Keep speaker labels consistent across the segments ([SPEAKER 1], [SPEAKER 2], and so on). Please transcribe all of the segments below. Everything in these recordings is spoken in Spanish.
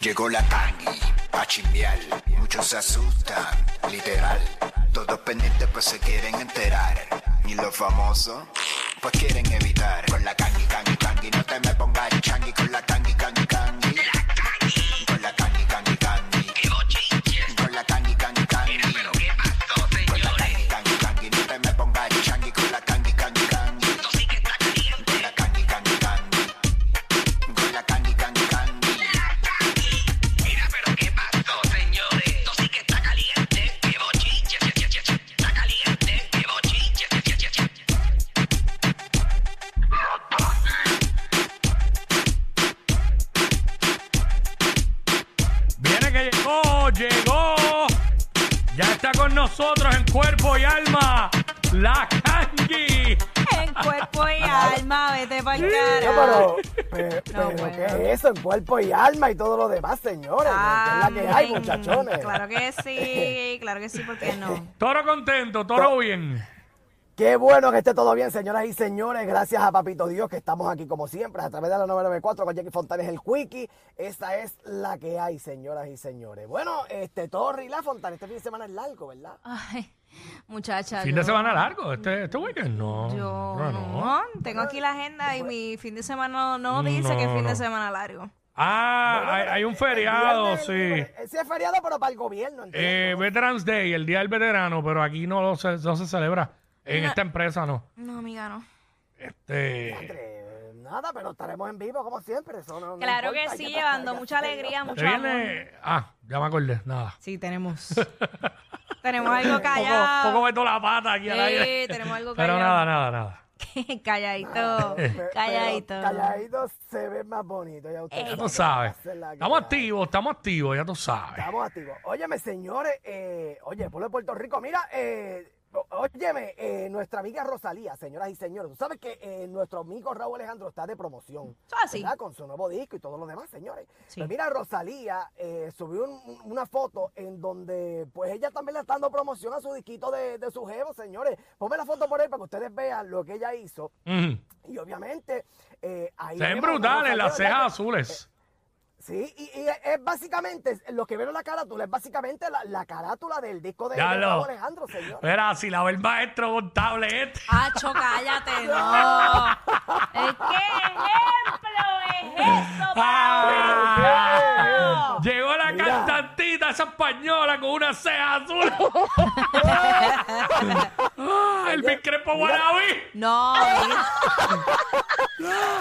[SPEAKER 1] Llegó la tangi, pa' chimbiar, muchos se asustan, literal. Todos pendientes pues se quieren enterar, y los famosos pues quieren evitar. Con la tangi, tangi, tangi, no te me pongas changi, con la tangi, tangi, tangi. Con la tangi, tangi, tangi. Con la tangi, tangi, tangi. Con la tangi, tangi, tangi, no te me pongas changi, con la tangi, tangi, tangi. Con la tangi, tangi, tangi. Con la tangi, tangi, tangi.
[SPEAKER 2] Mira, pero qué pasó, señores. Esto sí que está caliente, qué bochinche, che, che, che, che. Está caliente, qué bochinche, che, che, che, che.
[SPEAKER 3] Viene que llegó, llegó. Ya está con nosotros en cuerpo y alma la Kangi.
[SPEAKER 4] En cuerpo y alma, vete para el
[SPEAKER 5] No,
[SPEAKER 4] carajo.
[SPEAKER 5] Ah, pero, pe-
[SPEAKER 4] No,
[SPEAKER 5] pero
[SPEAKER 4] bueno.
[SPEAKER 5] ¿qué es eso? El cuerpo y alma y todo lo demás, señores. ¿Qué es la que hay,
[SPEAKER 4] Amén.
[SPEAKER 5] muchachones.
[SPEAKER 4] Claro que sí, claro que sí, ¿por qué no?
[SPEAKER 3] Toro contento, toro bien.
[SPEAKER 5] Qué bueno que esté todo bien, señoras y señores. Gracias a Papito Dios que estamos aquí como siempre a través de la 994 con Jackie Fontanes, el Quickie. Esa es la que hay, señoras y señores. Bueno, este, todo la Fontanes, este fin de semana es largo, ¿verdad?
[SPEAKER 4] Ay, muchacha.
[SPEAKER 3] Fin
[SPEAKER 4] yo-
[SPEAKER 3] de semana largo, este, este weekend no.
[SPEAKER 4] Yo
[SPEAKER 3] no, no.
[SPEAKER 4] no, tengo aquí la agenda y mi fin de semana no dice que es
[SPEAKER 3] No,
[SPEAKER 4] fin
[SPEAKER 3] no.
[SPEAKER 4] de semana largo.
[SPEAKER 3] Ah, hay, hay un feriado,
[SPEAKER 5] El viernes,
[SPEAKER 3] sí.
[SPEAKER 5] el- Ese es feriado, pero para el gobierno,
[SPEAKER 3] Eh,
[SPEAKER 5] ¿entiendes?
[SPEAKER 3] Veterans Day, el día del veterano, pero aquí no, lo se, no se celebra. En esta empresa no.
[SPEAKER 4] No, amiga, no.
[SPEAKER 3] Este,
[SPEAKER 5] Eh, Nada, pero estaremos en vivo como siempre. Eso no, no
[SPEAKER 4] Claro que
[SPEAKER 5] importa,
[SPEAKER 4] sí,
[SPEAKER 5] ya está,
[SPEAKER 4] llevando
[SPEAKER 5] ya
[SPEAKER 4] mucha
[SPEAKER 5] está.
[SPEAKER 4] alegría,
[SPEAKER 3] te
[SPEAKER 4] mucho amor.
[SPEAKER 3] viene. Ah, ya me acordé, nada.
[SPEAKER 4] Sí, tenemos. tenemos algo
[SPEAKER 3] Poco, poco
[SPEAKER 4] callado.
[SPEAKER 3] meto la pata aquí al
[SPEAKER 4] Sí,
[SPEAKER 3] aire.
[SPEAKER 4] tenemos algo
[SPEAKER 3] Pero nada,
[SPEAKER 4] callado.
[SPEAKER 3] nada, nada.
[SPEAKER 4] calladito,
[SPEAKER 5] Pe-
[SPEAKER 4] calladito. Eh.
[SPEAKER 5] pero Calladito se ve más bonito. Ya, ustedes
[SPEAKER 4] Ey.
[SPEAKER 3] Ya tú
[SPEAKER 5] saben.
[SPEAKER 3] sabes.
[SPEAKER 5] Esa es la que
[SPEAKER 3] Estamos
[SPEAKER 5] hay.
[SPEAKER 3] activos, estamos activos, ya tú sabes.
[SPEAKER 5] Estamos activos. Óyeme, señores. eh, oye, pueblo de Puerto Rico, mira. Eh, o- óyeme, eh, nuestra amiga Rosalía, señoras y señores. Tú sabes que eh, nuestro amigo Raúl Alejandro está de promoción.
[SPEAKER 4] Eso es así.
[SPEAKER 5] ¿verdad? Con su nuevo disco y todo lo demás, señores.
[SPEAKER 4] Ah, Sí.
[SPEAKER 5] Pero mira, Rosalía eh, subió un- una foto en donde, pues ella también le está dando promoción a su disquito de, de su jevo, señores. Ponme la foto por ahí para que ustedes vean lo que ella hizo.
[SPEAKER 3] Mm.
[SPEAKER 5] Y obviamente, eh, ahí.
[SPEAKER 3] Se ven
[SPEAKER 5] vemos a
[SPEAKER 3] brutales
[SPEAKER 5] Rosalía,
[SPEAKER 3] las
[SPEAKER 5] ¿verdad?
[SPEAKER 3] cejas azules.
[SPEAKER 5] Sí, y, y es básicamente, lo que vieron en la carátula, es básicamente la, la carátula del disco de, de
[SPEAKER 3] Ya lo.
[SPEAKER 5] Raúl Alejandro, señor.
[SPEAKER 3] Mira, si la ve el maestro contable este.
[SPEAKER 4] Acho, cállate, no. ¿Eh, ¿Qué ejemplo es eso para
[SPEAKER 3] Ah,
[SPEAKER 4] uno?
[SPEAKER 3] Llegó la
[SPEAKER 5] Mira.
[SPEAKER 3] cantantita esa española con una ceja azul. Ah, el biscrepo guanabí.
[SPEAKER 4] No, mira,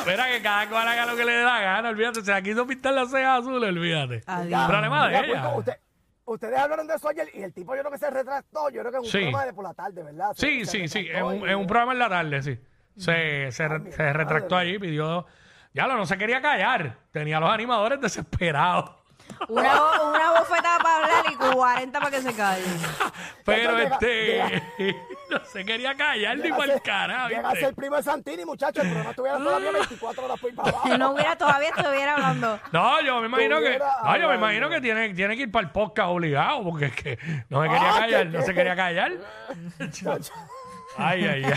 [SPEAKER 3] Mira que cada cual haga lo que le da gana, olvídate. Se la quiso pintar la ceja azul, olvídate.
[SPEAKER 4] Adiós.
[SPEAKER 3] Problema de
[SPEAKER 5] Mira,
[SPEAKER 3] ella.
[SPEAKER 5] Cuico, pues, usted- ustedes hablaron de eso ayer y el tipo yo creo que se retractó, yo creo que es un
[SPEAKER 3] Sí.
[SPEAKER 5] programa de por la tarde, ¿verdad? Se-
[SPEAKER 3] Sí,
[SPEAKER 5] se
[SPEAKER 3] sí, sí. En
[SPEAKER 5] retractó Ah,
[SPEAKER 3] un,
[SPEAKER 5] y-
[SPEAKER 3] en un programa en la tarde, sí. Se, se,
[SPEAKER 5] pues,
[SPEAKER 3] re- se retractó allí, pidió. Ya lo, no se quería callar. Tenía a los animadores desesperados.
[SPEAKER 4] una, bo- una bofetada para hablar y 40 para que se calle.
[SPEAKER 3] Pero
[SPEAKER 5] llega-
[SPEAKER 3] este. no se quería callar ni
[SPEAKER 5] Llega a
[SPEAKER 3] para el
[SPEAKER 5] ser-
[SPEAKER 3] carajo,
[SPEAKER 5] llega a
[SPEAKER 3] ¿viste? Ah.
[SPEAKER 5] ser primo de Santini, muchachos, el programa estuviera todavía 24 horas por ahí para abajo.
[SPEAKER 4] No hubiera todavía estuviera hablando.
[SPEAKER 3] No, yo me imagino que.
[SPEAKER 5] Tuviera
[SPEAKER 3] No, yo me
[SPEAKER 5] hablando.
[SPEAKER 3] imagino que tiene, tiene que ir para el podcast obligado, porque es que no se quería
[SPEAKER 5] Ah,
[SPEAKER 3] callar,
[SPEAKER 5] ¿qué-
[SPEAKER 3] no se
[SPEAKER 5] qué?
[SPEAKER 3] quería callar. Ay, ay, ay.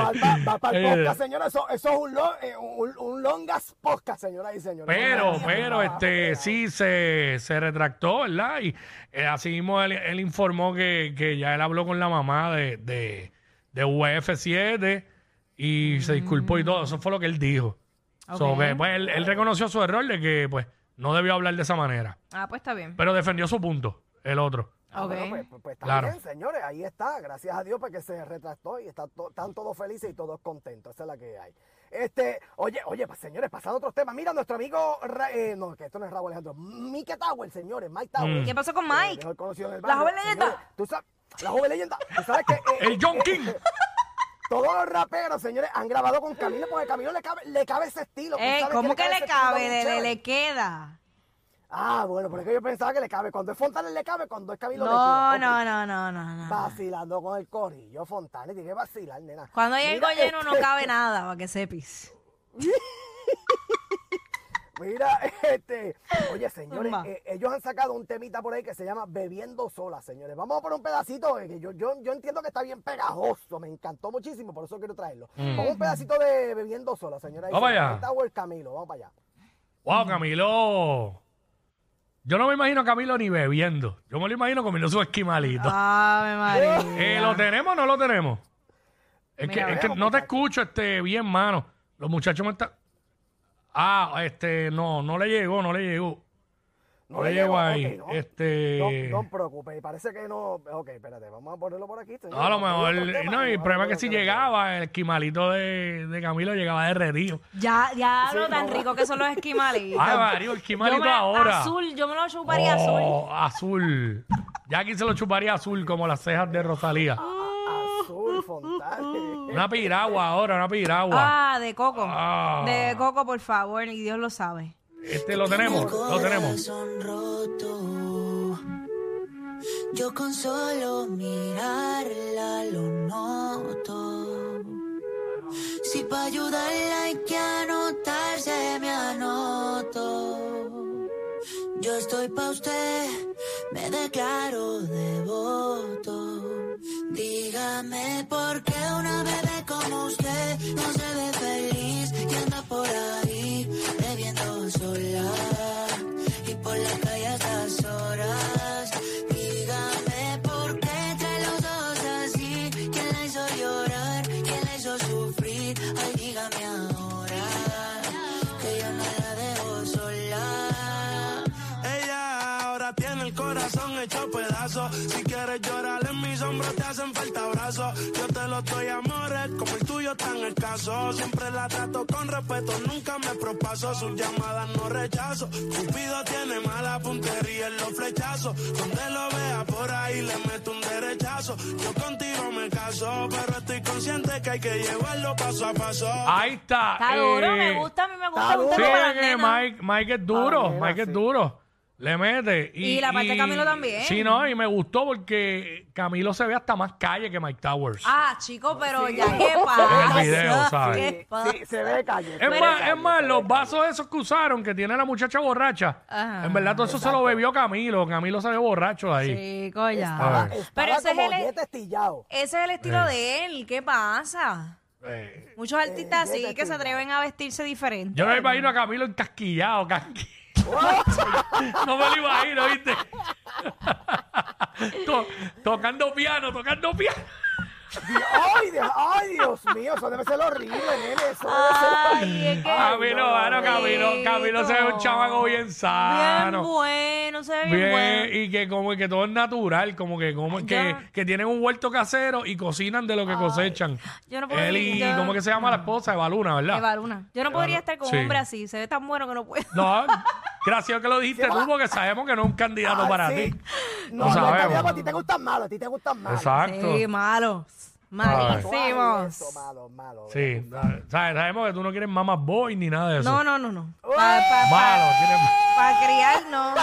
[SPEAKER 5] Va, va- va para
[SPEAKER 3] eh.
[SPEAKER 5] el podcast, señora, eso, eso es un, long, eh, un, un longas podcast, señoras y señores.
[SPEAKER 3] Pero,
[SPEAKER 5] Una
[SPEAKER 3] pero,
[SPEAKER 5] mierda.
[SPEAKER 3] este, sí se, se retractó, ¿verdad? Y eh, así mismo él, él informó que, que ya él habló con la mamá de, de, de UF7 y se disculpó y todo. Eso fue lo que él dijo. So,
[SPEAKER 4] Ok.
[SPEAKER 3] que, pues, él, él reconoció su error de que, pues, no debió hablar de esa manera.
[SPEAKER 4] Ah, pues está bien.
[SPEAKER 3] Pero defendió su punto, el otro.
[SPEAKER 4] Ok.
[SPEAKER 5] Bueno, pues, pues- pues está
[SPEAKER 3] Claro.
[SPEAKER 5] bien, señores, ahí está. Gracias a Dios porque se retractó y está to- están todos felices y todos contentos. Esa es la que hay. Este, oye, oye, pues, señores, pasando a otros temas. Mira, nuestro amigo, Ra- eh, no, que esto no es Raúl Alejandro, Mike Tower, señores, Mike Tower.
[SPEAKER 3] Mm.
[SPEAKER 4] ¿Qué pasó con Mike?
[SPEAKER 5] mejor conocido en el
[SPEAKER 4] La
[SPEAKER 5] barrio.
[SPEAKER 4] joven leyenda.
[SPEAKER 5] Señores, ¿tú, sab- La joven leyenda. ¿Tú sabes que, eh,
[SPEAKER 3] El John King.
[SPEAKER 5] Todos los raperos, señores, han grabado con Camilo porque Camilo le cabe, le cabe ese estilo. Tú
[SPEAKER 4] Eh,
[SPEAKER 5] sabes
[SPEAKER 4] ¿Cómo que
[SPEAKER 5] ese
[SPEAKER 4] le
[SPEAKER 5] estilo
[SPEAKER 4] cabe?
[SPEAKER 5] bien
[SPEAKER 4] Le, le-
[SPEAKER 5] chévere.
[SPEAKER 4] le queda.
[SPEAKER 5] Ah, bueno, porque yo pensaba que le cabe. Cuando es Fontanes le cabe, cuando es Camilo le
[SPEAKER 4] No,
[SPEAKER 5] tira. Ok.
[SPEAKER 4] no, no, no, no, no.
[SPEAKER 5] Vacilando con el corillo, Fontanes, tiene que vacilar, nena.
[SPEAKER 4] Cuando hay algo
[SPEAKER 5] Mira,
[SPEAKER 4] lleno no
[SPEAKER 5] este,
[SPEAKER 4] cabe nada, para que sepis.
[SPEAKER 5] Mira, este. Oye, señores,
[SPEAKER 4] Zumba.
[SPEAKER 5] eh, ellos han sacado un temita por ahí que se llama Bebiendo Sola, señores. Vamos a poner un pedacito, eh, que yo, yo, yo entiendo que está bien pegajoso, me encantó muchísimo, por eso quiero traerlo. Vamos a un pedacito de Bebiendo Sola, señora.
[SPEAKER 3] Mm. Vamos allá.
[SPEAKER 5] Está World Camilo, vamos para allá.
[SPEAKER 3] Wow, Camilo. Yo no me imagino a Camilo ni bebiendo. Yo me lo imagino comiendo su esquimalito.
[SPEAKER 4] Ave María.
[SPEAKER 3] Eh, ¿Lo tenemos o no lo tenemos? Es que,
[SPEAKER 4] Mira,
[SPEAKER 3] es que no te escucho este, bien, mano. Los muchachos me están. Ah, este, no, no le llegó, no le llegó. No, le llegó ahí.
[SPEAKER 5] ok, no.
[SPEAKER 3] Este.
[SPEAKER 5] No, no preocupes, parece que no. Ok, espérate, vamos a ponerlo por aquí.
[SPEAKER 3] No, a lo mejor. No, y el problema es que si llegaba, el esquimalito de, de Camilo llegaba derretido.
[SPEAKER 4] Ya, ya
[SPEAKER 5] Sí,
[SPEAKER 4] lo tan
[SPEAKER 5] no.
[SPEAKER 4] rico que son los esquimalitos.
[SPEAKER 3] Ay, Mario, el esquimalito
[SPEAKER 4] Yo me-
[SPEAKER 3] ahora.
[SPEAKER 4] Azul, yo me lo chuparía azul.
[SPEAKER 3] Oh, azul. Ya aquí se lo chuparía azul, como las cejas de Rosalía.
[SPEAKER 5] Azul, Fontanes.
[SPEAKER 3] Una piragua ahora, una piragua.
[SPEAKER 4] Ah, de coco.
[SPEAKER 3] Ah.
[SPEAKER 4] De coco, por favor, y Dios lo sabe.
[SPEAKER 3] Este lo tenemos, lo tenemos.
[SPEAKER 6] Corazón roto. Yo con solo mirarla lo noto. Si pa' ayudarla hay que anotarse, me anoto. Yo estoy pa' usted, me declaro devoto. Dígame por qué una bebé como usted no se ve feliz y anda por ahí bebiendo sola y por la calle a estas horas. Dígame por qué trae los ojos así, quién la hizo llorar, quién la hizo sufrir. Ay, dígame ahora que yo no la dejo sola.
[SPEAKER 7] Ella ahora tiene el corazón hecho pedazos. Si quieres llorar en mis hombros te hacen falta abrazos. Yo te lo doy amores como el tuyo tan escaso. Siempre la trato con respeto, nunca me propaso. Sus llamadas no rechazo. Cupido tiene mala puntería en los flechazos. Donde lo vea por ahí le meto un derechazo. Yo contigo me caso, pero estoy consciente que hay que llevarlo paso a paso.
[SPEAKER 3] Ahí está.
[SPEAKER 4] Está duro,
[SPEAKER 3] eh,
[SPEAKER 4] me gusta, a mí me gusta.
[SPEAKER 5] está
[SPEAKER 4] un
[SPEAKER 3] Sí,
[SPEAKER 4] tema para las
[SPEAKER 3] que
[SPEAKER 4] nenas.
[SPEAKER 3] Mike, Mike es duro,
[SPEAKER 5] Ah, nena,
[SPEAKER 3] Mike es
[SPEAKER 5] sí.
[SPEAKER 3] duro. Le mete.
[SPEAKER 4] Y la parte de Camilo también.
[SPEAKER 3] Sí, no, y me gustó porque Camilo se ve hasta más calle que Mike Towers.
[SPEAKER 4] Ah, chico, pero ya qué pasa.
[SPEAKER 3] video, ¿sabes?
[SPEAKER 4] ¿Qué pasa?
[SPEAKER 5] Sí, se ve calle.
[SPEAKER 3] es, más, es más, los vasos esos que usaron que tiene la muchacha borracha,
[SPEAKER 4] Ajá.
[SPEAKER 3] en verdad todo eso se lo bebió Camilo. Camilo se ve borracho de ahí.
[SPEAKER 4] Chico,
[SPEAKER 3] A
[SPEAKER 4] ya.
[SPEAKER 3] ver.
[SPEAKER 4] Pero ese es, el,
[SPEAKER 5] diente estillado.
[SPEAKER 4] ese es el estilo de él. ¿Qué pasa?
[SPEAKER 3] Eh,
[SPEAKER 4] Muchos artistas
[SPEAKER 5] diente
[SPEAKER 4] así que se
[SPEAKER 5] estillado.
[SPEAKER 4] atreven a vestirse diferente.
[SPEAKER 3] yo no me imagino a Camilo encasquillado. casqui- no me lo imagino, ¿viste? To- tocando piano, tocando piano.
[SPEAKER 5] Di- Ay, Dios, ay, Dios mío, eso debe ser horrible, nene. Eso debe
[SPEAKER 4] Ah.
[SPEAKER 5] ser-
[SPEAKER 4] Ay, es que.
[SPEAKER 3] Camilo, mano, Camilo, Camilo se ve un chamaco bien sano.
[SPEAKER 4] Bien bueno, se ve bien,
[SPEAKER 3] Bien,
[SPEAKER 4] bueno.
[SPEAKER 3] y que como que todo es natural, como que como que,
[SPEAKER 4] Ya.
[SPEAKER 3] que tienen un huerto casero y cocinan de lo que cosechan.
[SPEAKER 4] yo no puedo
[SPEAKER 3] Él y,
[SPEAKER 4] yo-
[SPEAKER 3] ¿cómo que se llama la esposa? Evaluna, ¿verdad?
[SPEAKER 4] Eva Luna. Yo no podría estar con
[SPEAKER 3] sí.
[SPEAKER 4] un hombre así. Se ve tan bueno que no puedo.
[SPEAKER 3] No, gracias que lo dijiste tú, porque sabemos que no es un candidato
[SPEAKER 5] Ah,
[SPEAKER 3] para
[SPEAKER 5] sí.
[SPEAKER 3] ti. Lo
[SPEAKER 5] No, no,
[SPEAKER 3] sabemos.
[SPEAKER 5] está bien, a ti te gustan malos, a ti te gustan malos.
[SPEAKER 3] Exacto.
[SPEAKER 4] Ah, Sí, malos.
[SPEAKER 5] Ay,
[SPEAKER 4] Malísimos.
[SPEAKER 5] eso, malo, malo.
[SPEAKER 3] Sí, da- sabes- sabemos que tú no quieres mamás boy ni nada de eso.
[SPEAKER 4] No, no, no, no. Para
[SPEAKER 3] Malo, quieres-
[SPEAKER 4] criar, no.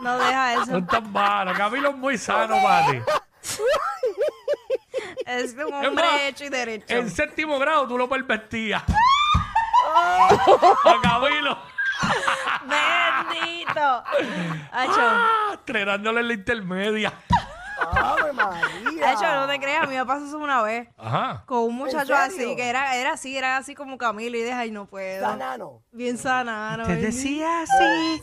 [SPEAKER 4] No deja
[SPEAKER 3] no es
[SPEAKER 4] eso.
[SPEAKER 3] tan malo. Camilo es muy sano para ti.
[SPEAKER 4] Es un
[SPEAKER 3] más,
[SPEAKER 4] hombre hecho y derecho.
[SPEAKER 3] En séptimo grado tú lo pervertías.
[SPEAKER 4] Ah.
[SPEAKER 3] A Camilo,
[SPEAKER 4] Bendito. Hacho,
[SPEAKER 3] ah, entrenándole en la intermedia.
[SPEAKER 5] Ave María.
[SPEAKER 4] Hacho, no te creas. A mí me pasó eso una vez.
[SPEAKER 3] Ajá.
[SPEAKER 4] Con un muchacho así,
[SPEAKER 5] serio?
[SPEAKER 4] que era, era así, era así como Camilo. Y deja, ay, no puedo.
[SPEAKER 5] Danano.
[SPEAKER 4] Bien sanano.
[SPEAKER 8] decía así.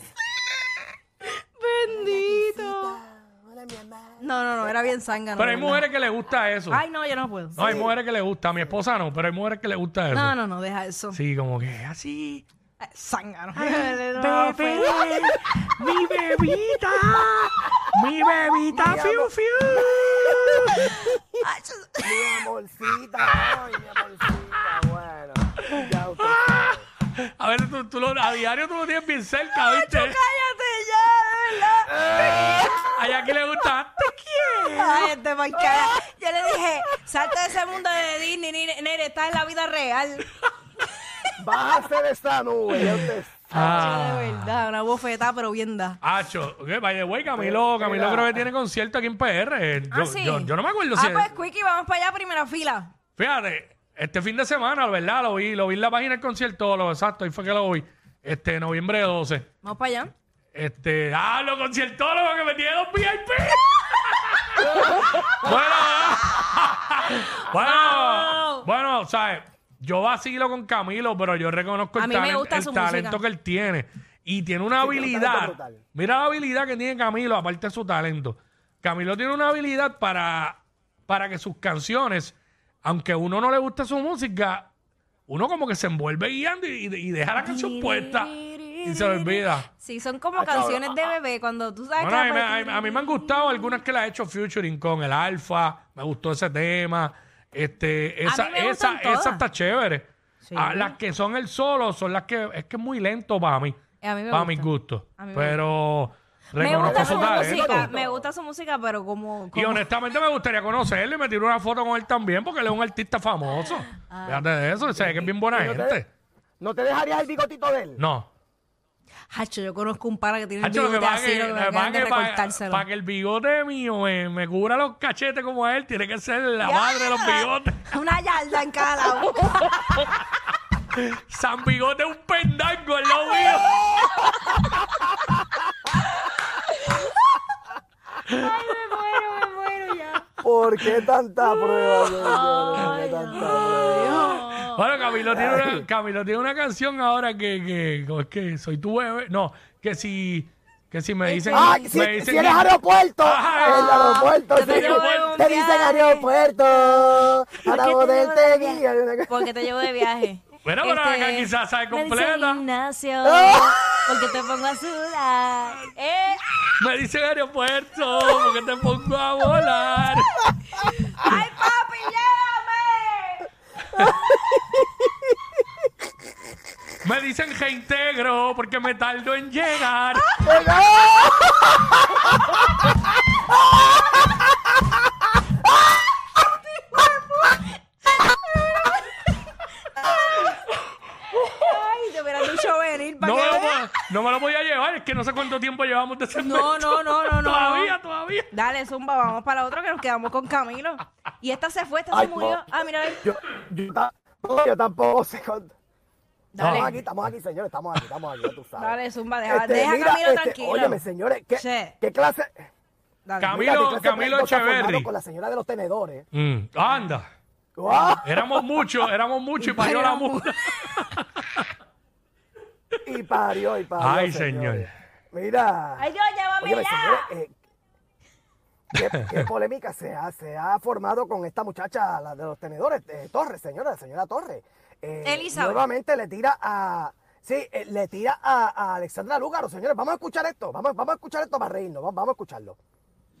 [SPEAKER 4] Bendito. No, no, no, era bien zángano.
[SPEAKER 3] Pero hay
[SPEAKER 4] de verdad.
[SPEAKER 3] mujeres que les gusta eso.
[SPEAKER 4] Ay, no, yo no puedo.
[SPEAKER 3] No, hay mujeres que les gusta. A mi esposa no, pero hay mujeres que les gusta eso.
[SPEAKER 4] No, no, no, deja eso.
[SPEAKER 3] Sí, como que así.
[SPEAKER 4] Ay, Zángano.
[SPEAKER 8] Bebé,
[SPEAKER 4] No, pues.
[SPEAKER 8] mi bebita, mi bebita, fiu, fiu.
[SPEAKER 5] Mi amorcita, ay, mi amorcita, bueno. Ya usted sabe.
[SPEAKER 3] Ah. A ver, tú, tú lo- a diario tú lo tienes bien cerca, Ah, ¿viste? Eh.
[SPEAKER 4] Cállate ya, de verdad.
[SPEAKER 3] Hay a quien le gusta. Te quiero.
[SPEAKER 4] a este porque yo le dije, salta de ese mundo de Disney, nene, nene, estás en la vida real.
[SPEAKER 5] Bájate de esta nube. ya usted-
[SPEAKER 3] Ah.
[SPEAKER 4] Yo, de verdad, una bofetada, pero bien da.
[SPEAKER 3] Acho, ok, by the way, Camilo, Camilo creo que tiene concierto aquí en PR. Yo,
[SPEAKER 4] Pues, ah, sí.
[SPEAKER 3] yo, yo no me acuerdo si
[SPEAKER 4] Ah,
[SPEAKER 3] es-
[SPEAKER 4] pues, Quickie, vamos para allá, primera fila.
[SPEAKER 3] Fíjate, este fin de semana, ¿verdad? Lo vi, lo vi en la página del concierto, lo exacto, ahí fue que lo vi. Este, noviembre 12.
[SPEAKER 4] Vamos para allá.
[SPEAKER 3] Este, ah, lo conciertólogo que me tiene dos VIP. bueno, bueno,
[SPEAKER 4] Wow.
[SPEAKER 3] bueno, ¿sabes? Yo vacilo con Camilo, pero yo reconozco
[SPEAKER 4] A
[SPEAKER 3] el,
[SPEAKER 4] mí me
[SPEAKER 3] talen-
[SPEAKER 4] gusta
[SPEAKER 3] el
[SPEAKER 4] su
[SPEAKER 3] talento
[SPEAKER 4] música.
[SPEAKER 3] que él tiene. Y tiene una
[SPEAKER 5] tiene un
[SPEAKER 3] habilidad.
[SPEAKER 5] talento brutal.
[SPEAKER 3] Mira la habilidad que tiene Camilo, aparte de su talento. Camilo tiene una habilidad para, para que sus canciones, aunque a uno no le guste su música, uno como que se envuelve guiando y, y deja la canción puesta y se le olvida.
[SPEAKER 4] Sí, son como canciones de bebé. Cuando tú sabes
[SPEAKER 3] Bueno, a,
[SPEAKER 4] que
[SPEAKER 3] mí,
[SPEAKER 4] la
[SPEAKER 3] me-
[SPEAKER 4] puedes-
[SPEAKER 3] a mí- a mí me han gustado algunas que la ha hecho featuring con el Alfa. Me gustó ese tema. Este, esa,
[SPEAKER 4] mí me
[SPEAKER 3] esa,
[SPEAKER 4] gustan todas.
[SPEAKER 3] esa está chévere.
[SPEAKER 4] Sí.
[SPEAKER 3] Ah, las que son el solo son las que es que es muy lento para mí.
[SPEAKER 4] A mí me
[SPEAKER 3] para
[SPEAKER 4] gusta.
[SPEAKER 3] mis gustos.
[SPEAKER 4] A mí me
[SPEAKER 3] Pero
[SPEAKER 4] Me
[SPEAKER 3] reconozco
[SPEAKER 4] gusta
[SPEAKER 3] su
[SPEAKER 4] su
[SPEAKER 3] talento.
[SPEAKER 4] música, me gusta su música, pero como...
[SPEAKER 3] Y
[SPEAKER 4] como-
[SPEAKER 3] honestamente me gustaría conocerle y me tiró una foto con él también porque él es un artista famoso.
[SPEAKER 4] Ah.
[SPEAKER 3] Fíjate de eso, se ve que es bien buena
[SPEAKER 5] ¿No
[SPEAKER 3] gente.
[SPEAKER 5] te, ¿No te dejarías el bigotito de él?
[SPEAKER 3] No.
[SPEAKER 4] Hacho, yo conozco un para que tiene el
[SPEAKER 3] Hacho, lo Ah, que
[SPEAKER 4] bigote
[SPEAKER 3] pasa es
[SPEAKER 4] así,
[SPEAKER 3] que-
[SPEAKER 4] lo que
[SPEAKER 3] lo
[SPEAKER 4] me
[SPEAKER 3] que pasa
[SPEAKER 4] acaban de
[SPEAKER 3] es que para
[SPEAKER 4] recortárselo.
[SPEAKER 3] para que el bigote mío me, me cubra los cachetes como a él, tiene que ser la madre de los bigotes.
[SPEAKER 4] Una yarda en cada lado.
[SPEAKER 3] San Bigote es un pendango en lo mío.
[SPEAKER 4] me muero, me muero ya.
[SPEAKER 5] ¿Por qué tanta prueba? señores? ¿Por qué tanta prueba?
[SPEAKER 3] Bueno, Camilo tiene, una, Camilo tiene una canción ahora que, que, como es que soy tu bebé. No, que si, que si me dicen.
[SPEAKER 5] Ah, si,
[SPEAKER 3] me dicen
[SPEAKER 5] si eres aeropuerto,
[SPEAKER 3] Ajá.
[SPEAKER 5] el aeropuerto,
[SPEAKER 4] Yo te
[SPEAKER 5] sí.
[SPEAKER 4] llevo de
[SPEAKER 5] te dicen
[SPEAKER 4] viaje.
[SPEAKER 5] aeropuerto,
[SPEAKER 4] ¿Por qué
[SPEAKER 5] para
[SPEAKER 4] te llevo
[SPEAKER 5] poderte
[SPEAKER 4] de
[SPEAKER 5] guiar.
[SPEAKER 4] viaje? ¿Por qué te llevo de viaje? Este,
[SPEAKER 3] Bueno, pero acá quizás sabe
[SPEAKER 4] me dicen
[SPEAKER 3] completa.
[SPEAKER 4] Ignacio, porque te pongo a sudar. Eh,
[SPEAKER 3] me dicen aeropuerto, porque te pongo a volar.
[SPEAKER 4] ¡Ay, papi, llévame!
[SPEAKER 3] Me dicen reintegro, porque me tardo en llegar.
[SPEAKER 4] Ay, te hubieras dicho venir para
[SPEAKER 3] No me,
[SPEAKER 4] que
[SPEAKER 3] lo,
[SPEAKER 4] veas.
[SPEAKER 3] puedo- no me lo voy a llevar, es que no sé cuánto tiempo llevamos de ese
[SPEAKER 4] No, no, no, no, no.
[SPEAKER 3] Todavía, todavía.
[SPEAKER 4] Dale, Zumba, vamos para la otra que nos quedamos con Camilo. Y esta se fue, esta
[SPEAKER 5] Ay,
[SPEAKER 4] se murió.
[SPEAKER 5] no.
[SPEAKER 4] Ah, mira, a ver.
[SPEAKER 5] Yo, yo, ta- no, yo tampoco sé. cuánto-
[SPEAKER 4] dale.
[SPEAKER 5] Estamos aquí, estamos aquí, señores, estamos aquí, estamos aquí, ya tú sabes. Este,
[SPEAKER 4] Dale, Zumba, deja- deja a Camilo tranquilo.
[SPEAKER 5] Óyeme, señores, ¿qué,
[SPEAKER 4] Sí.
[SPEAKER 5] qué clase?
[SPEAKER 4] dale.
[SPEAKER 3] Camilo-
[SPEAKER 5] mira, qué clase de
[SPEAKER 3] Camilo
[SPEAKER 5] pleito se ha formado
[SPEAKER 3] Echeverry.
[SPEAKER 5] Con la señora de los tenedores.
[SPEAKER 3] Mm, anda.
[SPEAKER 5] ¡Guau!
[SPEAKER 3] Éramos muchos, éramos muchos y parió la
[SPEAKER 4] Éramos-
[SPEAKER 3] muda.
[SPEAKER 5] Y parió, y parió.
[SPEAKER 3] Ay, señor.
[SPEAKER 5] señores. Mira.
[SPEAKER 4] Ay, Dios, llévame
[SPEAKER 5] Óyeme,
[SPEAKER 4] ya.
[SPEAKER 5] señores, eh, ¿qué, qué polémica se ha, se ha formado con esta muchacha, la de los tenedores, eh, Torres, señora, la señora Torres. Eh,
[SPEAKER 4] Elizabeth.
[SPEAKER 5] Nuevamente le tira a. Sí, eh, le tira a, a Alexandra Lúgaro, señores. Vamos a escuchar esto, vamos, vamos a escuchar esto para reírnos, vamos, vamos a escucharlo.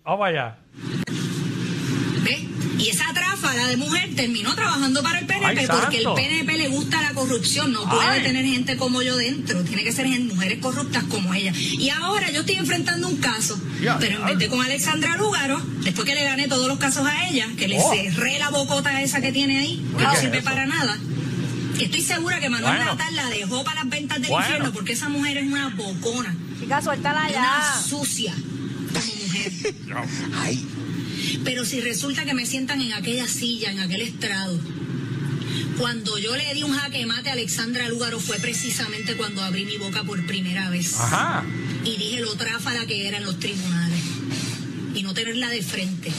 [SPEAKER 3] Vamos allá.
[SPEAKER 9] ¿Ves? Y esa tráfala de mujer terminó trabajando para el PNP
[SPEAKER 3] ¡Ay, santo!
[SPEAKER 9] porque el PNP le gusta la corrupción. No
[SPEAKER 3] ¡Ay!
[SPEAKER 9] puede tener gente como yo dentro. Tiene que ser gente- mujeres corruptas como ella. Y ahora yo estoy enfrentando un caso.
[SPEAKER 3] Ya,
[SPEAKER 9] pero en
[SPEAKER 3] ya.
[SPEAKER 9] vez de con Alexandra Lúgaro, después que le gané todos los casos a ella, que le
[SPEAKER 3] Oh.
[SPEAKER 9] cerré la bocota esa que tiene ahí, que
[SPEAKER 3] Oye,
[SPEAKER 9] no
[SPEAKER 3] ¿qué es
[SPEAKER 9] sirve
[SPEAKER 3] eso?
[SPEAKER 9] para nada. Estoy segura que Manuel
[SPEAKER 3] Bueno.
[SPEAKER 9] Natal la dejó para las ventas del
[SPEAKER 3] Bueno.
[SPEAKER 9] infierno porque esa mujer es una bocona,
[SPEAKER 4] Chica, suéltala ya.
[SPEAKER 9] una sucia como mujer.
[SPEAKER 1] Ay,
[SPEAKER 9] Pero si resulta que me sientan en aquella silla, en aquel estrado, cuando yo le di un jaque mate a Alexandra Lúgaro fue precisamente cuando abrí mi boca por primera vez
[SPEAKER 3] Ajá.
[SPEAKER 9] y dije lo tráfala que eran los tribunales y no tenerla de frente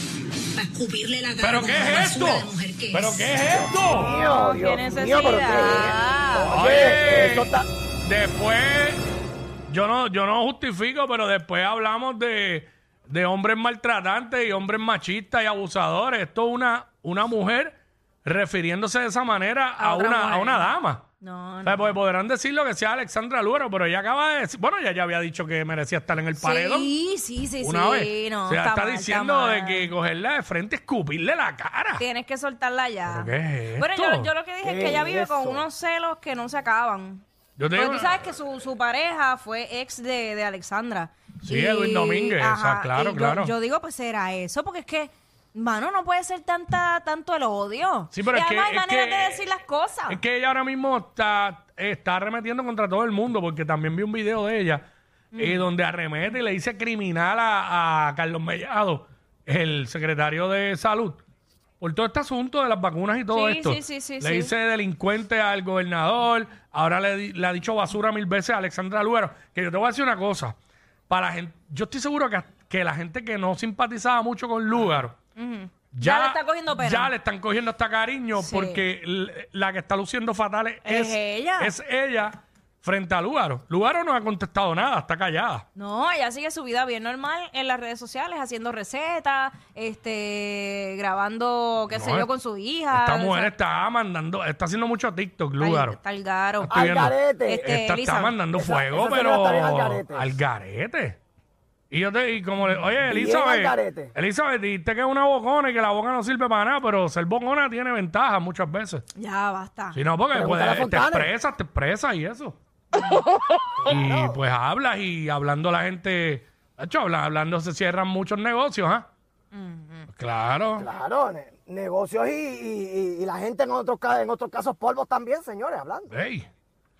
[SPEAKER 9] para escupirle la cara
[SPEAKER 3] ¿Pero
[SPEAKER 9] como
[SPEAKER 3] qué
[SPEAKER 9] la
[SPEAKER 3] es esto?
[SPEAKER 9] basura de mujer que
[SPEAKER 3] ¿Pero
[SPEAKER 9] es.
[SPEAKER 3] qué es esto?
[SPEAKER 5] Mío,
[SPEAKER 4] qué
[SPEAKER 5] Dios mío, pero
[SPEAKER 4] necesidad.
[SPEAKER 5] qué-
[SPEAKER 3] Oye,
[SPEAKER 5] Oye, esto está-
[SPEAKER 3] después, yo no, yo no justifico, pero después hablamos de, de hombres maltratantes y hombres machistas y abusadores. Esto es una, una mujer refiriéndose de esa manera a,
[SPEAKER 4] A otra
[SPEAKER 3] una, a
[SPEAKER 4] mujer.
[SPEAKER 3] una dama.
[SPEAKER 4] No,
[SPEAKER 3] O
[SPEAKER 4] no.
[SPEAKER 3] sea, pues podrán decir lo que sea Alexandra Luro, pero ella acaba de decir, bueno, ella ya había dicho que merecía estar en el paredón.
[SPEAKER 4] Sí, sí, sí,
[SPEAKER 3] una
[SPEAKER 4] sí.
[SPEAKER 3] vez.
[SPEAKER 4] No,
[SPEAKER 3] o sea,
[SPEAKER 4] está,
[SPEAKER 3] está,
[SPEAKER 4] mal, está
[SPEAKER 3] diciendo de
[SPEAKER 4] mal.
[SPEAKER 3] que cogerla de frente y escupirle la cara.
[SPEAKER 4] Tienes que soltarla ya.
[SPEAKER 3] ¿Pero qué es
[SPEAKER 4] Bueno,
[SPEAKER 3] esto?
[SPEAKER 4] yo, yo lo que dije es
[SPEAKER 5] ¿Qué
[SPEAKER 4] que ella
[SPEAKER 5] es
[SPEAKER 4] vive con
[SPEAKER 5] eso?
[SPEAKER 4] unos celos pues que no se acaban.
[SPEAKER 3] Yo te
[SPEAKER 4] Porque
[SPEAKER 3] Pues digo-
[SPEAKER 4] tú sabes que su, su pareja fue ex de, de Alexandra.
[SPEAKER 3] Sí, Edwin Domínguez, o sea, claro,
[SPEAKER 4] y yo-
[SPEAKER 3] claro.
[SPEAKER 4] Yo, digo, pues era eso, porque es que, mano, no puede ser tanta, tanto el odio.
[SPEAKER 3] Sí, pero
[SPEAKER 4] y
[SPEAKER 3] es que,
[SPEAKER 4] además hay
[SPEAKER 3] es
[SPEAKER 4] maneras
[SPEAKER 3] que-
[SPEAKER 4] de decir las cosas.
[SPEAKER 3] Es que ella ahora mismo está, está arremetiendo contra todo el mundo, porque también vi un video de ella eh,
[SPEAKER 4] Mm.
[SPEAKER 3] donde arremete y le dice criminal a, a Carlos Mellado, el secretario de Salud, por todo este asunto de las vacunas y todo
[SPEAKER 4] Sí,
[SPEAKER 3] esto.
[SPEAKER 4] sí, sí, sí,
[SPEAKER 3] le
[SPEAKER 4] sí.
[SPEAKER 3] dice delincuente al gobernador, ahora le, di- le ha dicho basura mil veces a Alexandra Luero. Que yo te voy a decir una cosa, para la gente, yo estoy seguro que, que la gente que no simpatizaba mucho con Lugaro,
[SPEAKER 4] Ya le está cogiendo pena.
[SPEAKER 3] Ya le están cogiendo hasta cariño
[SPEAKER 4] Sí.
[SPEAKER 3] porque l- la que está luciendo fatal es,
[SPEAKER 4] Es ella.
[SPEAKER 3] es ella frente a Lugaro. Lugaro no ha contestado nada, está callada.
[SPEAKER 4] No, ella sigue su vida bien normal en las redes sociales, haciendo recetas, este, grabando, qué sé
[SPEAKER 3] No,
[SPEAKER 4] yo, con su hija.
[SPEAKER 3] Esta
[SPEAKER 4] o
[SPEAKER 3] mujer
[SPEAKER 4] sea,
[SPEAKER 3] está mandando, está haciendo mucho TikTok,
[SPEAKER 4] tal-
[SPEAKER 3] Lugaro.
[SPEAKER 4] tal garo.
[SPEAKER 3] Estoy
[SPEAKER 5] Al
[SPEAKER 3] viendo.
[SPEAKER 5] garete.
[SPEAKER 4] Este,
[SPEAKER 3] Esta está
[SPEAKER 4] Elizabeth.
[SPEAKER 3] mandando
[SPEAKER 5] Esa-
[SPEAKER 3] fuego,
[SPEAKER 5] esa señora
[SPEAKER 3] pero
[SPEAKER 5] está bien al garete.
[SPEAKER 3] al garete. Y yo te, y como le, oye,
[SPEAKER 5] Bien al
[SPEAKER 3] Elizabeth,
[SPEAKER 5] garete.
[SPEAKER 3] Elizabeth, dijiste que es una bocona y que la boca no sirve para nada, pero ser bocona tiene ventajas muchas veces.
[SPEAKER 4] Ya, basta.
[SPEAKER 3] Si no, porque
[SPEAKER 5] Pregúntale
[SPEAKER 3] pues,
[SPEAKER 5] a
[SPEAKER 3] te
[SPEAKER 5] Fontane.
[SPEAKER 3] expresas, te expresas y eso. y pues hablas y hablando la gente. de hecho, habla- hablando se cierran muchos negocios, ¿ah? Pues Claro.
[SPEAKER 5] Claro, ne- negocios y, y- y- y la gente en otros, ca- en otros casos polvos también, señores, hablando.
[SPEAKER 3] Ey,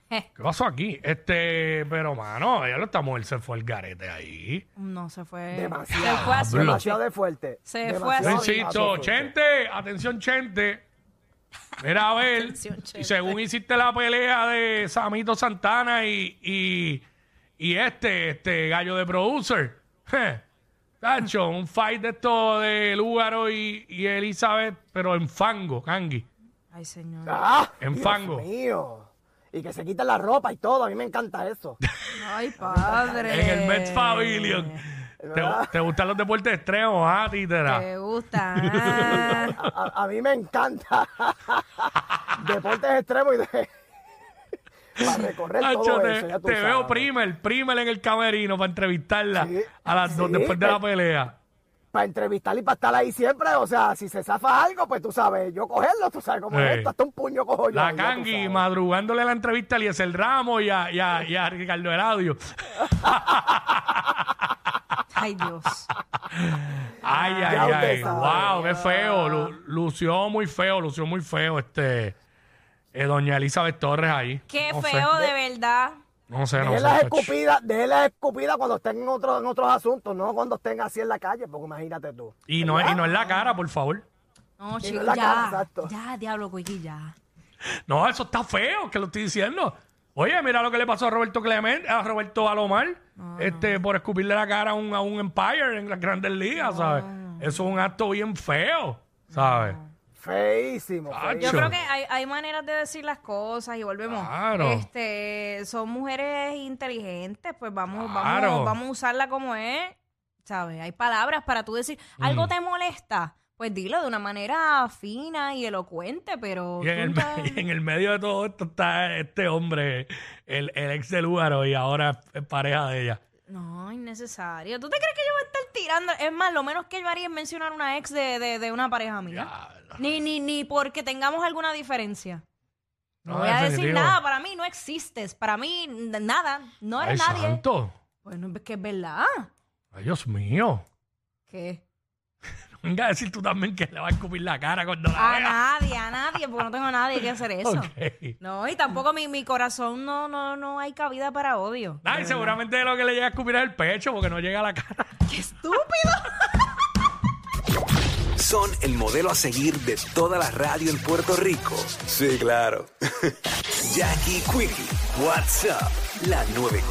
[SPEAKER 4] Eh,
[SPEAKER 3] ¿Qué pasó aquí? Este, pero mano, ella lo está muerto, se fue el garete ahí.
[SPEAKER 4] no, se fue.
[SPEAKER 5] Demasiado.
[SPEAKER 4] Se fue a su
[SPEAKER 3] Hablo.
[SPEAKER 5] Demasiado de fuerte.
[SPEAKER 4] Se
[SPEAKER 5] demasiado
[SPEAKER 4] fue así.
[SPEAKER 3] Yo
[SPEAKER 4] Ay,
[SPEAKER 3] insisto,
[SPEAKER 5] demasiado fuerte.
[SPEAKER 3] Chente, atención, Chente. Mira a ver.
[SPEAKER 4] Atención, Chente.
[SPEAKER 3] y según hiciste la pelea de Samito Santana y, y, y este, este gallo de producer. je, Tacho, un fight de esto de Lúgaro y, y Elizabeth, pero en fango, Kangi.
[SPEAKER 4] Ay, señor.
[SPEAKER 5] Ah,
[SPEAKER 3] En
[SPEAKER 5] Dios
[SPEAKER 3] fango.
[SPEAKER 5] mío. Y que se quitan la ropa y todo. A mí me encanta eso.
[SPEAKER 4] Ay, padre.
[SPEAKER 3] En
[SPEAKER 5] Eh.
[SPEAKER 3] el Mets Pavilion. ¿Te, te gustan los deportes extremos, ah, títera?
[SPEAKER 5] Eh,
[SPEAKER 4] Te gusta. ah.
[SPEAKER 5] A, a- a mí me encanta. Deportes extremos y de... Para recorrer
[SPEAKER 3] Tacho,
[SPEAKER 5] todo
[SPEAKER 3] te,
[SPEAKER 5] eso. ya tú
[SPEAKER 3] te
[SPEAKER 5] sabes.
[SPEAKER 3] veo primer, primer en el camerino para entrevistarla
[SPEAKER 5] Sí,
[SPEAKER 3] a las dos
[SPEAKER 5] sí,
[SPEAKER 3] después de
[SPEAKER 5] te-
[SPEAKER 3] la pelea.
[SPEAKER 5] Para entrevistar y para estar ahí siempre. O sea, si se zafa algo, pues tú sabes. Yo cogerlo, tú sabes cómo
[SPEAKER 3] Sí.
[SPEAKER 5] es esto. Hasta un puño cojo yo.
[SPEAKER 3] La
[SPEAKER 5] ya tú
[SPEAKER 3] Kangi
[SPEAKER 5] sabes.
[SPEAKER 3] madrugándole la entrevista a Eliezer Ramos y a, y a- y a Ricardo Eladio.
[SPEAKER 4] Ay, Dios.
[SPEAKER 3] Ay, ay,
[SPEAKER 5] Ya usted
[SPEAKER 3] ay.
[SPEAKER 5] sabe.
[SPEAKER 3] Wow, qué feo. Lu- lució muy feo, lució muy feo este eh, doña Elizabeth Torres ahí.
[SPEAKER 4] Qué
[SPEAKER 3] No sé.
[SPEAKER 4] feo, de verdad.
[SPEAKER 3] No sé, no sé.
[SPEAKER 5] Dejen las
[SPEAKER 3] chacho.
[SPEAKER 5] escupidas, dejen las escupidas cuando estén en, otro- en otros asuntos, no cuando estén así en la calle, porque imagínate tú.
[SPEAKER 3] Y no, y no en la cara, por favor.
[SPEAKER 4] No, chico,
[SPEAKER 5] la cara,
[SPEAKER 4] ya.
[SPEAKER 5] exacto.
[SPEAKER 4] Ya, diablo, Cuiqui, ya.
[SPEAKER 3] No, eso está feo, que lo estoy diciendo. Oye, mira lo que le pasó a Roberto Clemente, a Roberto Alomar, este, por escupirle la cara a un, a un Empire en las grandes ligas, ¿sabes? Eso es un acto bien feo, ¿sabes?
[SPEAKER 5] Feísimo.
[SPEAKER 3] Chacho.
[SPEAKER 4] Yo
[SPEAKER 5] feísimo.
[SPEAKER 4] creo que hay, hay maneras de decir las cosas y volvemos.
[SPEAKER 3] Claro.
[SPEAKER 4] Este, son mujeres inteligentes, pues vamos,
[SPEAKER 3] Claro.
[SPEAKER 4] vamos, vamos a usarla como es. ¿Sabes? Hay palabras para tú decir,
[SPEAKER 3] Mm.
[SPEAKER 4] algo te molesta, pues dilo de una manera fina y elocuente, pero
[SPEAKER 3] Y en,
[SPEAKER 4] Oh, tú
[SPEAKER 3] el,
[SPEAKER 4] nunca-
[SPEAKER 3] me- y en el medio de todo esto está este hombre, el, el ex de Lugaro, y ahora es pareja de ella.
[SPEAKER 4] no, innecesario. ¿Tú te crees que yo voy a estar tirando? Es más, lo menos que yo haría es mencionar una ex de, de- de una pareja mía.
[SPEAKER 3] Ah, no,
[SPEAKER 4] Ni, ni, ni porque tengamos alguna diferencia. No,
[SPEAKER 3] no,
[SPEAKER 4] voy a decir
[SPEAKER 3] definitivo.
[SPEAKER 4] nada, para mí no existes, para mí n- nada, no
[SPEAKER 3] Ay,
[SPEAKER 4] eres nadie.
[SPEAKER 3] santo.
[SPEAKER 4] Bueno, es que es verdad.
[SPEAKER 3] Ay, Dios mío.
[SPEAKER 4] ¿Qué?
[SPEAKER 3] No Venga a decir tú también que le va a escupir la cara cuando la
[SPEAKER 4] A
[SPEAKER 3] vea.
[SPEAKER 4] nadie, a nadie, porque no tengo a nadie que hacer Ah, eso.
[SPEAKER 3] Ok.
[SPEAKER 4] No, y tampoco mi, mi corazón no, no, no hay cabida para odio.
[SPEAKER 3] Ay, seguramente lo que le llega a escupir es el pecho porque no llega a la cara.
[SPEAKER 4] ¡Qué estúpido!
[SPEAKER 10] Son el modelo a seguir de toda la radio en Puerto Rico. Sí, claro. Jackie Quickie, WhatsApp, la 94.